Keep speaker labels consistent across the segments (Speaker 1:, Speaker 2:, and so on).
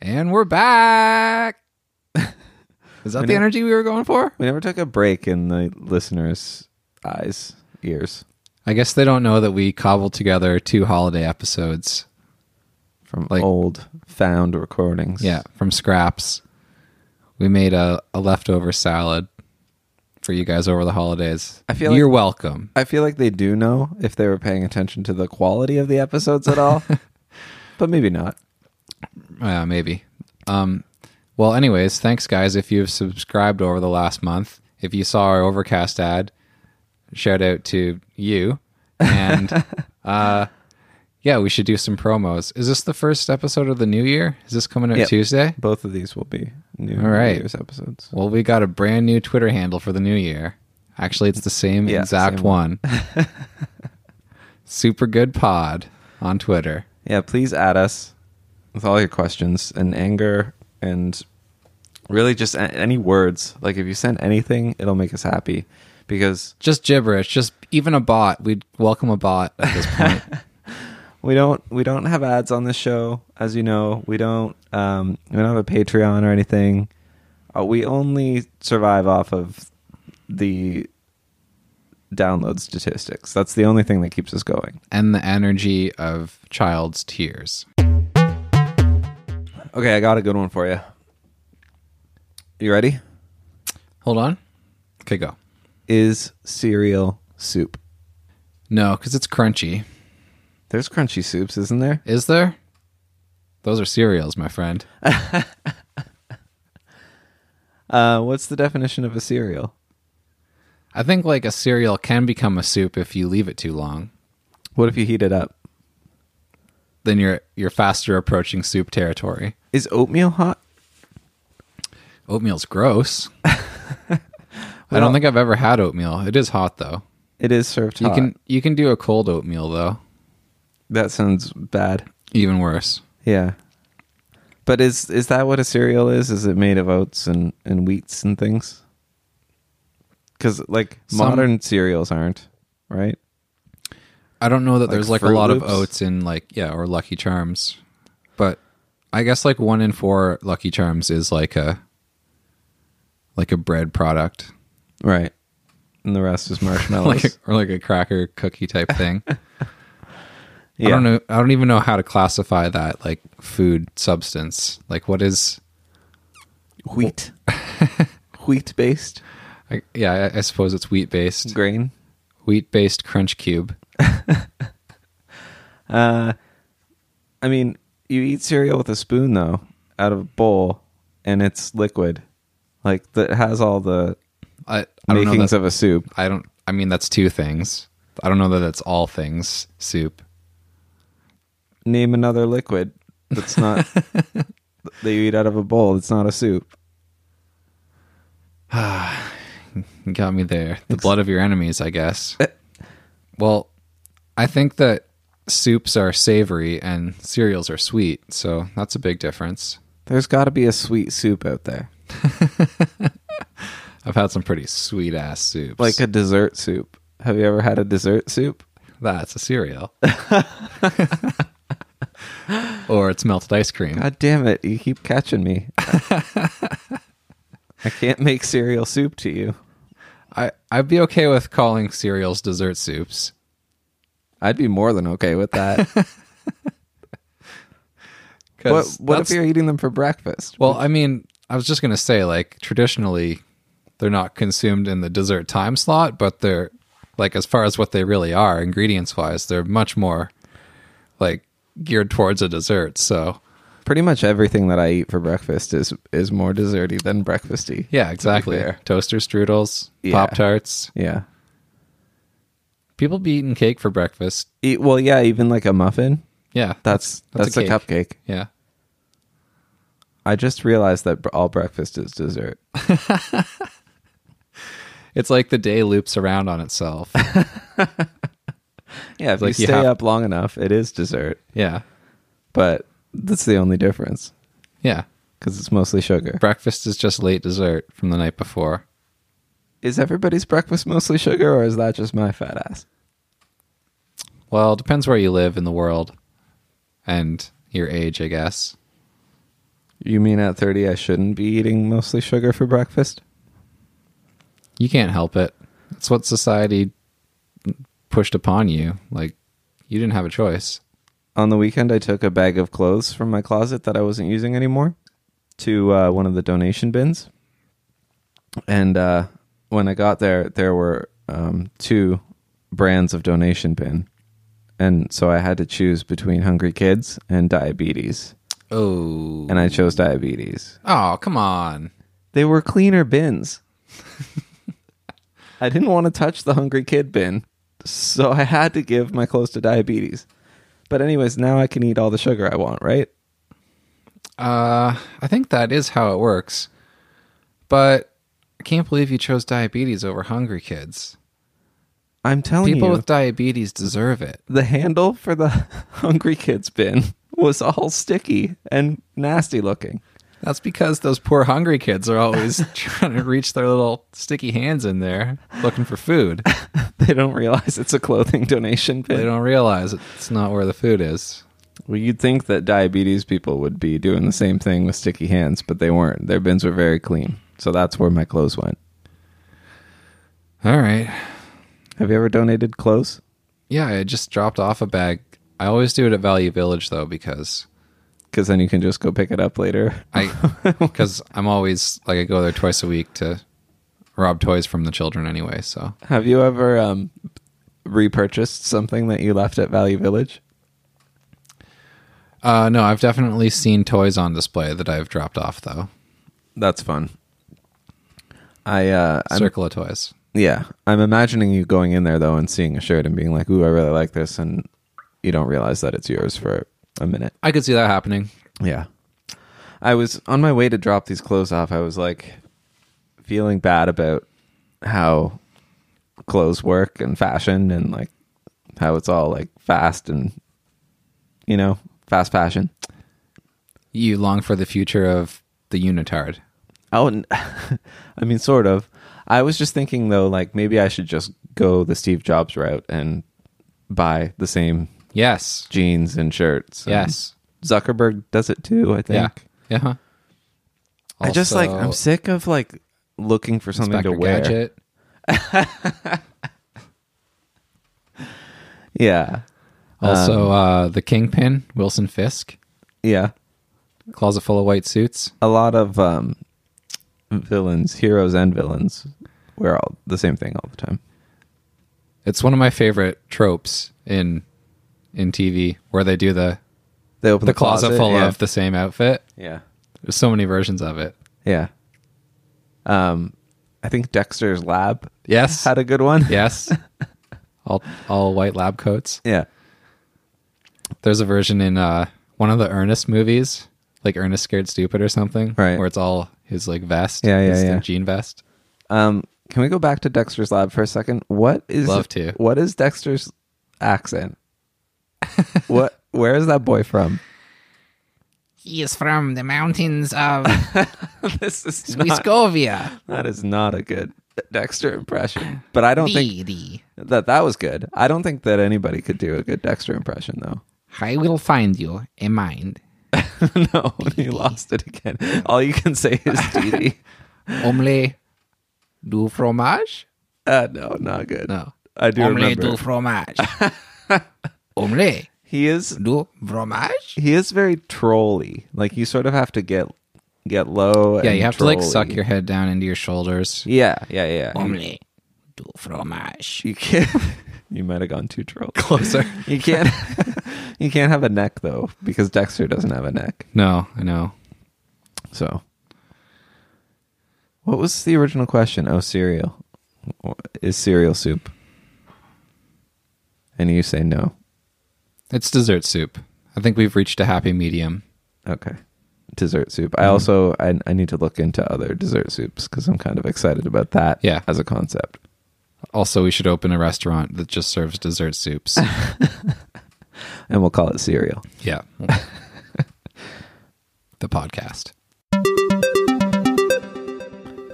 Speaker 1: And we're back. Is that the energy we were going for?
Speaker 2: We never took a break in the listeners' eyes, ears
Speaker 1: I guess they don't know that we cobbled together two holiday episodes.
Speaker 2: from
Speaker 1: Like-
Speaker 2: old found recordings.
Speaker 1: Yeah, from scraps. We made a, a leftover salad for you guys over the holidays.
Speaker 2: I feel like-
Speaker 1: you're welcome.
Speaker 2: I feel like they do know if they were paying attention to the quality of the episodes at all, but maybe not.
Speaker 1: Uh, maybe. Um, well, anyways, thanks, guys. If you've subscribed over the last month, if you saw our Overcast ad, shout out to you. And uh, yeah, we should do some promos. Is this the first episode of the new year? Is this coming out
Speaker 2: Yep.
Speaker 1: Tuesday?
Speaker 2: Both of these will be new
Speaker 1: All right.
Speaker 2: New Year's episodes.
Speaker 1: Well, we got a brand new Twitter handle for the new year. Actually, it's the same
Speaker 2: Yeah,
Speaker 1: exact
Speaker 2: same
Speaker 1: one. Super good pod on Twitter.
Speaker 2: Yeah, please add us with all your questions and anger and really just a- any words. Like if you send anything, it'll make us happy because
Speaker 1: Just gibberish. Just even a bot. We'd welcome a bot at this point.
Speaker 2: we don't we don't have ads on this show, as you know. We don't um, we don't have a Patreon or anything. Uh, we only survive off of the download statistics. That's the only thing that keeps us going.
Speaker 1: and the energy of child's tears.
Speaker 2: Okay, I got a good one for you. You ready?
Speaker 1: Hold on. Okay, go.
Speaker 2: Is cereal soup?
Speaker 1: No, because it's crunchy.
Speaker 2: There's crunchy soups, isn't there?
Speaker 1: Is there? Those are cereals, my friend.
Speaker 2: Uh, what's the definition of a cereal?
Speaker 1: I think like a cereal can become a soup if you leave it too long.
Speaker 2: What if you heat it up?
Speaker 1: Then you're you're faster approaching soup territory.
Speaker 2: Is oatmeal hot?
Speaker 1: Oatmeal's gross. I don't think I've ever had oatmeal. It is hot though.
Speaker 2: It is served
Speaker 1: You
Speaker 2: hot.
Speaker 1: can you can do a cold oatmeal though.
Speaker 2: That sounds bad.
Speaker 1: Even worse.
Speaker 2: Yeah. But is is that what a cereal is? Is it made of oats and, and wheats and things? Because like
Speaker 1: Some-
Speaker 2: modern cereals aren't, right?
Speaker 1: I don't know that there's like a
Speaker 2: Froot
Speaker 1: lot of
Speaker 2: Loops?
Speaker 1: oats in like yeah or Lucky Charms, but I guess like one in four Lucky Charms is like a like a bread product,
Speaker 2: Right. And the rest is marshmallows.
Speaker 1: like a, or like a cracker cookie type thing.
Speaker 2: yeah.
Speaker 1: I don't know. I don't even know how to classify that like food substance. Like what is?
Speaker 2: Wheat. wheat based
Speaker 1: I, yeah, I, I suppose it's wheat based,
Speaker 2: grain.
Speaker 1: wheat based crunch cube.
Speaker 2: I mean, you eat cereal with a spoon though, out of a bowl, and it's liquid. Like that has all the
Speaker 1: I, I don't know.
Speaker 2: makings
Speaker 1: That,
Speaker 2: of a soup.
Speaker 1: I don't. I mean, that's two things. I don't know that that's all things soup.
Speaker 2: Name another liquid that's not that you eat out of a bowl. It's not a soup.
Speaker 1: You got me there. The blood of your enemies, I guess.
Speaker 2: Eh.
Speaker 1: well, I think that soups are savory and cereals are sweet, so that's a big difference.
Speaker 2: There's got to be a sweet soup out there,
Speaker 1: I've had some pretty sweet ass soups.
Speaker 2: like a dessert soup. Have you ever had a dessert soup?
Speaker 1: that's a cereal. or it's melted ice cream.
Speaker 2: God damn it! You keep catching me. I can't make cereal soup to you.
Speaker 1: I, I'd be okay with calling cereals dessert soups.
Speaker 2: I'd be more than okay with that. what
Speaker 1: 'cause
Speaker 2: What if
Speaker 1: that's-
Speaker 2: you're eating them for breakfast?
Speaker 1: Well, I mean, I was just gonna say, like traditionally, they're not consumed in the dessert time slot, but they're like as far as what they really are, ingredients wise, they're much more like geared towards a dessert. So
Speaker 2: Pretty much everything that I eat for breakfast is is more desserty than breakfasty.
Speaker 1: yeah, exactly.
Speaker 2: fair.
Speaker 1: Toaster strudels,
Speaker 2: Yeah.
Speaker 1: pop tarts.
Speaker 2: Yeah.
Speaker 1: People be eating cake for breakfast.
Speaker 2: Eat, E, well, yeah, even like a muffin.
Speaker 1: Yeah,
Speaker 2: That's
Speaker 1: That's
Speaker 2: that's,
Speaker 1: a
Speaker 2: a, cupcake.
Speaker 1: yeah.
Speaker 2: I just realized that br- all breakfast is dessert.
Speaker 1: It's like the day loops around on itself.
Speaker 2: Yeah, if
Speaker 1: Like
Speaker 2: you
Speaker 1: you
Speaker 2: stay
Speaker 1: have-
Speaker 2: up long enough, it is dessert.
Speaker 1: yeah,
Speaker 2: But that's the only difference
Speaker 1: yeah.
Speaker 2: because it's mostly sugar.
Speaker 1: Breakfast is just late dessert from the night before.
Speaker 2: Is everybody's breakfast mostly sugar, or is that just my fat ass?
Speaker 1: Well, it depends where you live in the world and your age, I guess.
Speaker 2: You mean at 30 I shouldn't be eating mostly sugar for breakfast?
Speaker 1: You can't help it. It's what society pushed upon you. Like you didn't have a choice.
Speaker 2: On the weekend, I took a bag of clothes from my closet that I wasn't using anymore to uh, one of the donation bins. And uh, when I got there, there were um, two brands of donation bin. And so I had to choose between hungry kids and diabetes.
Speaker 1: Oh.
Speaker 2: And I chose diabetes.
Speaker 1: Oh, come on.
Speaker 2: They were cleaner bins. I didn't want to touch the hungry kid bin, so I had to give my clothes to diabetes. But anyways, now I can eat all the sugar I want, right?
Speaker 1: Uh, I think that is how it works. But I can't believe you chose diabetes over hungry kids.
Speaker 2: I'm telling
Speaker 1: People
Speaker 2: you,
Speaker 1: with diabetes deserve it.
Speaker 2: the handle for the hungry kids bin was all sticky and nasty looking.
Speaker 1: That's because those poor hungry kids are always trying to reach their little sticky hands in there looking for food.
Speaker 2: They don't realize it's a clothing donation
Speaker 1: They
Speaker 2: bin.
Speaker 1: don't realize it's not where the food is.
Speaker 2: Well, you'd think that diabetes people would be doing the same thing with sticky hands, but they weren't. Their bins were very clean. So that's where my clothes went.
Speaker 1: All right.
Speaker 2: Have you ever donated clothes?
Speaker 1: Yeah, I just dropped off a bag. I always do it at Value Village though because
Speaker 2: Because then you can just go pick it up later.
Speaker 1: I because I'm always like I go there twice a week to rob toys from the children anyway. So
Speaker 2: Have you ever um, repurchased something that you left at Value Village?
Speaker 1: uh, no, I've definitely seen toys on display that I've dropped off though.
Speaker 2: That's fun. I uh, I'm,
Speaker 1: Circle of toys.
Speaker 2: yeah, I'm imagining you going in there though and seeing a shirt and being like, "Ooh, I really like this," and you don't realize that it's yours for a minute.
Speaker 1: I could see that happening.
Speaker 2: Yeah. I was on my way to drop these clothes off. I was like feeling bad about how clothes work and fashion and like how it's all like fast and you know, fast fashion.
Speaker 1: You long for the future of the unitard.
Speaker 2: Oh, n- I mean, sort of. I was just thinking though, like maybe I should just go the Steve Jobs route and buy the same
Speaker 1: Yes.
Speaker 2: jeans and shirts. And
Speaker 1: Yes.
Speaker 2: Zuckerberg does it too. I think.
Speaker 1: Yeah. Yeah. huh.
Speaker 2: I just like
Speaker 1: Also,
Speaker 2: I'm sick of like looking for something to
Speaker 1: Inspector
Speaker 2: wear.
Speaker 1: Gadget.
Speaker 2: Yeah, Um,
Speaker 1: Also, uh, the kingpin Wilson Fisk,
Speaker 2: yeah.
Speaker 1: closet full of white suits.
Speaker 2: A lot of um, villains, heroes, and villains wear all the same thing all the time.
Speaker 1: It's one of my favorite tropes in in TV where they do the
Speaker 2: They open
Speaker 1: the, closet, full
Speaker 2: yeah.
Speaker 1: of the same outfit.
Speaker 2: yeah,
Speaker 1: There's so many versions of it.
Speaker 2: yeah. Um, I think Dexter's Lab
Speaker 1: Yes.
Speaker 2: had a good one.
Speaker 1: yes. All all white lab coats.
Speaker 2: yeah.
Speaker 1: There's a version in uh one of the Ernest movies, like Ernest Scared Stupid or something.
Speaker 2: Right.
Speaker 1: Where it's all his like vest.
Speaker 2: Yeah, yeah,
Speaker 1: his, like,
Speaker 2: yeah.
Speaker 1: jean vest.
Speaker 2: Um, can we go back to Dexter's Lab for a second? What is
Speaker 1: Love to.
Speaker 2: What is Dexter's accent? what? Where is that boy from?
Speaker 3: He is from the mountains of
Speaker 2: this is
Speaker 3: Wiscovia.
Speaker 2: That is not a good Dexter impression. But I don't think
Speaker 3: Dee, dee.
Speaker 2: that that was good. I don't think that anybody could do a good Dexter impression though.
Speaker 3: I will find you a mind.
Speaker 2: no, he lost it again. All you can say is Dee Dee.
Speaker 3: Omelette du fromage?
Speaker 2: Uh, no, not good.
Speaker 3: No.
Speaker 2: I do
Speaker 3: Omelette
Speaker 2: remember.
Speaker 3: du fromage. Omelette
Speaker 2: He is
Speaker 3: du fromage?
Speaker 2: he is very trolly. Like you sort of have to get get low.
Speaker 1: Yeah,
Speaker 2: and
Speaker 1: you have to like
Speaker 2: trolly.
Speaker 1: suck your head down into your shoulders.
Speaker 2: Yeah, yeah, yeah.
Speaker 3: Omelette du fromage.
Speaker 2: You can't. You might have gone too troll.
Speaker 1: Closer.
Speaker 2: You can't. you can't have a neck though, because Dexter doesn't have a neck.
Speaker 1: No, I know.
Speaker 2: So, what was the original question? Oh, cereal. Is cereal soup? And you say no.
Speaker 1: It's dessert soup. I think we've reached a happy medium.
Speaker 2: Okay. Dessert soup. I also I, I need to look into other dessert soups because I'm kind of excited about that.
Speaker 1: Yeah.
Speaker 2: As a concept.
Speaker 1: Also, we should open a restaurant that just serves dessert soups.
Speaker 2: And we'll call it cereal.
Speaker 1: yeah. the podcast.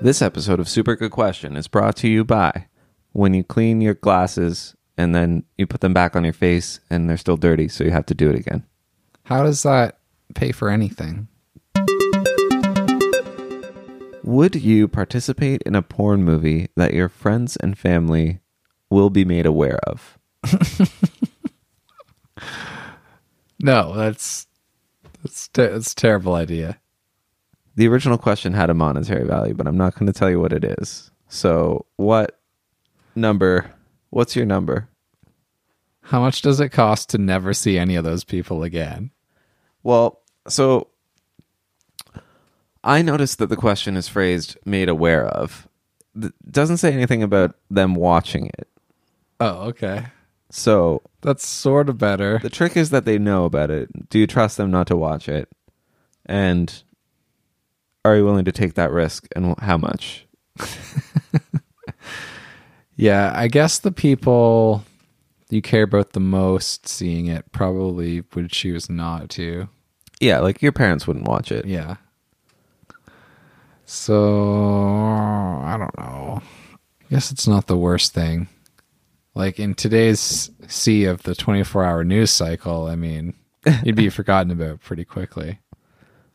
Speaker 2: This episode of Super Good Question is brought to you by when you clean your glasses and then you put them back on your face and they're still dirty, so you have to do it again.
Speaker 1: How does that pay for anything?
Speaker 2: Would you participate in a porn movie that your friends and family will be made aware of?
Speaker 1: No, that's that's te- that's a terrible idea.
Speaker 2: The original question had a monetary value, but I'm not going to tell you what it is. So, what number? What's your number?
Speaker 1: How much does it cost to never see any of those people again?
Speaker 2: Well, so I noticed that the question is phrased made aware of. It doesn't say anything about them watching it.
Speaker 1: Oh, okay.
Speaker 2: So
Speaker 1: That's sort of better.
Speaker 2: the trick is that they know about it. Do you trust them not to watch it? And are you willing to take that risk and wh- how much?
Speaker 1: Yeah, I guess the people you care about the most seeing it probably would choose not to.
Speaker 2: Yeah, like your parents wouldn't watch it.
Speaker 1: Yeah. So I don't know. I guess it's not the worst thing. Like in today's sea of the 24 hour news cycle, I mean, you'd be forgotten about pretty quickly.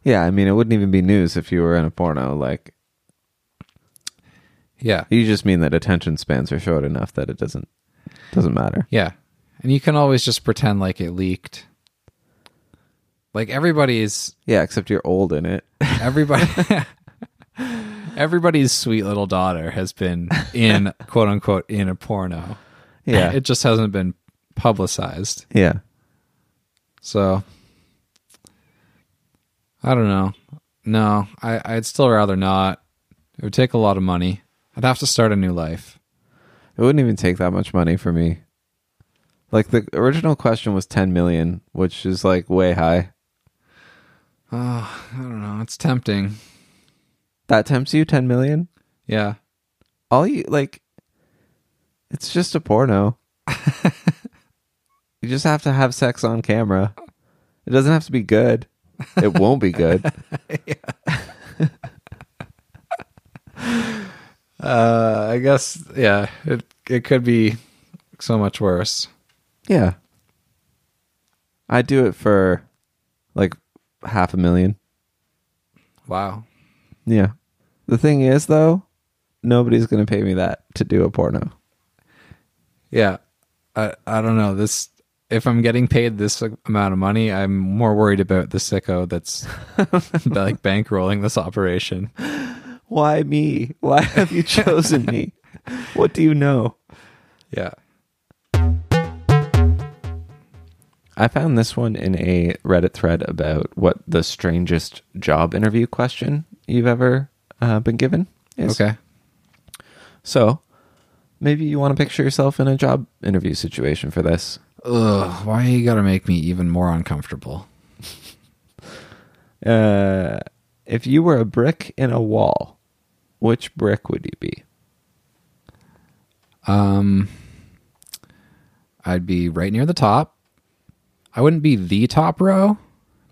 Speaker 2: Yeah, I mean, it wouldn't even be news if you were in a porno. Like,
Speaker 1: Yeah.
Speaker 2: you just mean that attention spans are short enough that it doesn't doesn't matter.
Speaker 1: Yeah. And you can always just pretend like it leaked. Like everybody's
Speaker 2: Yeah, except you're old in it.
Speaker 1: everybody everybody's sweet little daughter has been in quote unquote in a porno.
Speaker 2: Yeah.
Speaker 1: It just hasn't been publicized.
Speaker 2: yeah.
Speaker 1: So I don't know. No, I, I'd still rather not. It would take a lot of money. I'd have to start a new life.
Speaker 2: It wouldn't even take that much money for me. Like the original question was 10 million, which is like way high.
Speaker 1: I don't know. It's tempting.
Speaker 2: That tempts you 10 million?
Speaker 1: Yeah.
Speaker 2: All you like it's just a porno. you just have to have sex on camera. It doesn't have to be good. It won't be good.
Speaker 1: Uh, I guess yeah. It it could be so much worse.
Speaker 2: yeah. I'd do it for like half a million.
Speaker 1: Wow.
Speaker 2: Yeah. The thing is though, nobody's going to pay me that to do a porno.
Speaker 1: Yeah. I I don't know. This if I'm getting paid this amount of money, I'm more worried about the sicko that's like bankrolling this operation.
Speaker 2: Why me? Why have you chosen me? What do you know?
Speaker 1: Yeah.
Speaker 2: I found this one in a Reddit thread about what the strangest job interview question you've ever uh, been given is.
Speaker 1: Okay.
Speaker 2: So maybe you want to picture yourself in a job interview situation for this.
Speaker 1: Ugh, why you gotta make me even more uncomfortable?
Speaker 2: Uh, if you were a brick in a wall, which brick would you be?
Speaker 1: Um, I'd be right near the top. I wouldn't be the top row,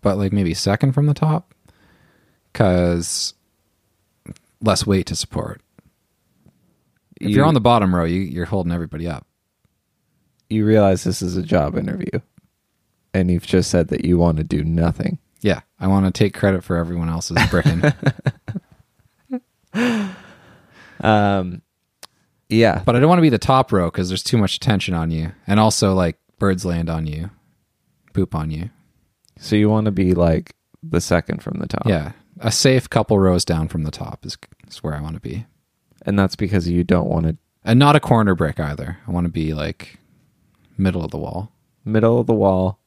Speaker 1: but like maybe second from the top, cause less weight to support. If
Speaker 2: You-
Speaker 1: you're on the bottom row, you, you're holding everybody up.
Speaker 2: you realize this is a job interview, and you've just said that you want to do nothing.
Speaker 1: Yeah, I want to take credit for everyone else's bricking.
Speaker 2: Um, yeah,
Speaker 1: but I don't want to be the top row because there's too much attention on you, and also like birds land on you, poop on you.
Speaker 2: So you want to be like the second from the top.
Speaker 1: Yeah, a safe couple rows down from the top is is where I want to be,
Speaker 2: And that's because you don't want to
Speaker 1: and not a corner brick either. I want to be like middle of the wall,
Speaker 2: middle of the wall,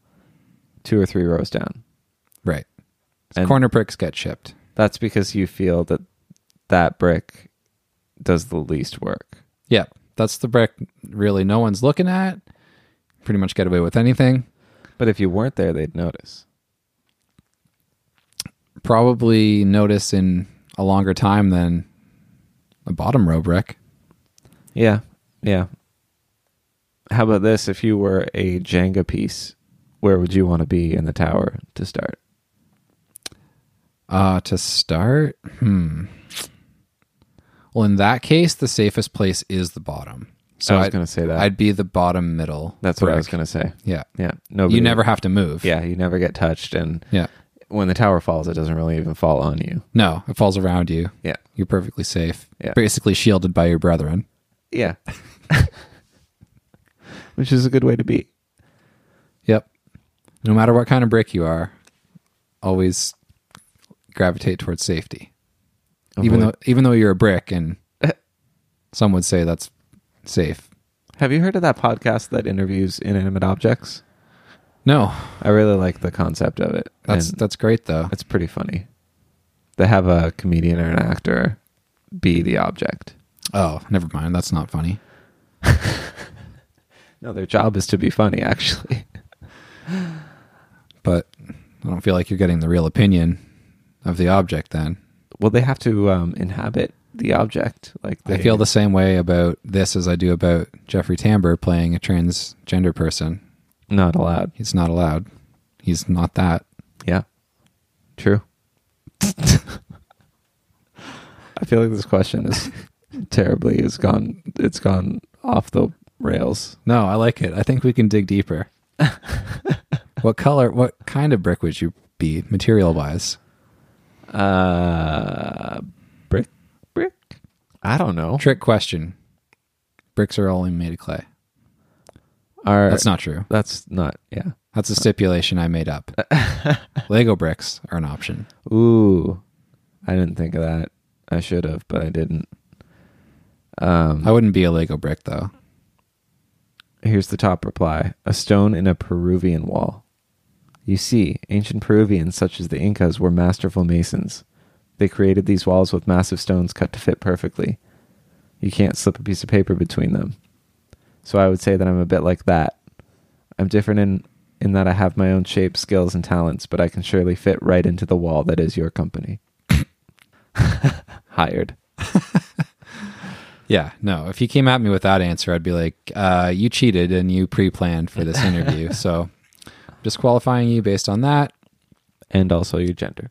Speaker 2: two or three rows down.
Speaker 1: right? 'Cause
Speaker 2: And-
Speaker 1: corner bricks get shipped.
Speaker 2: That's because you feel that that brick does the least work.
Speaker 1: Yeah, that's the brick. Really, no one's looking at. Pretty much get away with anything.
Speaker 2: But if you weren't there, they'd notice.
Speaker 1: Probably notice in a longer time than a bottom row brick.
Speaker 2: Yeah. Yeah. How about this? If you were a Jenga piece, where would you want to be in the tower to start?
Speaker 1: Uh, to start, hmm. Well, in that case, the safest place is the bottom. So
Speaker 2: I was
Speaker 1: I'd-
Speaker 2: gonna say that.
Speaker 1: I'd be the bottom middle.
Speaker 2: That's what I was going to say.
Speaker 1: Yeah.
Speaker 2: Yeah. Nobody.
Speaker 1: You never have to move.
Speaker 2: Yeah. You never get touched. And
Speaker 1: Yeah.
Speaker 2: when the tower falls, it doesn't really even fall on you.
Speaker 1: No, it falls around you.
Speaker 2: Yeah.
Speaker 1: You're perfectly safe.
Speaker 2: Yeah.
Speaker 1: Basically shielded by your brethren.
Speaker 2: Yeah. Which is a good way to be.
Speaker 1: Yep. No matter what kind of brick you are, always gravitate towards safety. even
Speaker 2: boy.
Speaker 1: though even though you're a brick and some would say that's safe.
Speaker 2: Have you heard of that podcast that interviews inanimate objects?
Speaker 1: No.
Speaker 2: I really like the concept of it.
Speaker 1: That's
Speaker 2: and
Speaker 1: that's great though.
Speaker 2: it's pretty funny. They have a comedian or an actor be the object.
Speaker 1: Oh, never mind. That's not funny.
Speaker 2: No, their job is to be funny actually.
Speaker 1: But I don't feel like you're getting the real opinion of the object then.
Speaker 2: Well, they have to um, inhabit the object. Like they
Speaker 1: I feel the same way about this as I do about Jeffrey Tambor playing a transgender person.
Speaker 2: not allowed.
Speaker 1: He's not allowed. He's not that.
Speaker 2: Yeah. True. I feel like this question is terribly it's gone it's gone off the rails.
Speaker 1: No, I like it. I think we can dig deeper. what color, what kind of brick would you be material wise?
Speaker 2: Uh brick brick. I don't know.
Speaker 1: Trick question. Bricks are only made of clay.
Speaker 2: Are,
Speaker 1: That's not true.
Speaker 2: that's not yeah.
Speaker 1: That's a stipulation I made up. Lego bricks are an option.
Speaker 2: Ooh. I didn't think of that. I should have, but I didn't. Um
Speaker 1: I wouldn't be a Lego brick though.
Speaker 2: Here's the top reply a stone in a Peruvian wall. You see, ancient Peruvians, such as the Incas, were masterful masons. They created these walls with massive stones cut to fit perfectly. You can't slip a piece of paper between them. So I would say that I'm a bit like that. I'm different in, in that I have my own shape, skills, and talents, but I can surely fit right into the wall that is your company. Hired.
Speaker 1: Yeah, no. If you came at me with that answer, I'd be like, uh, you cheated and you pre planned for this interview. so disqualifying you based on that.
Speaker 2: And also your gender.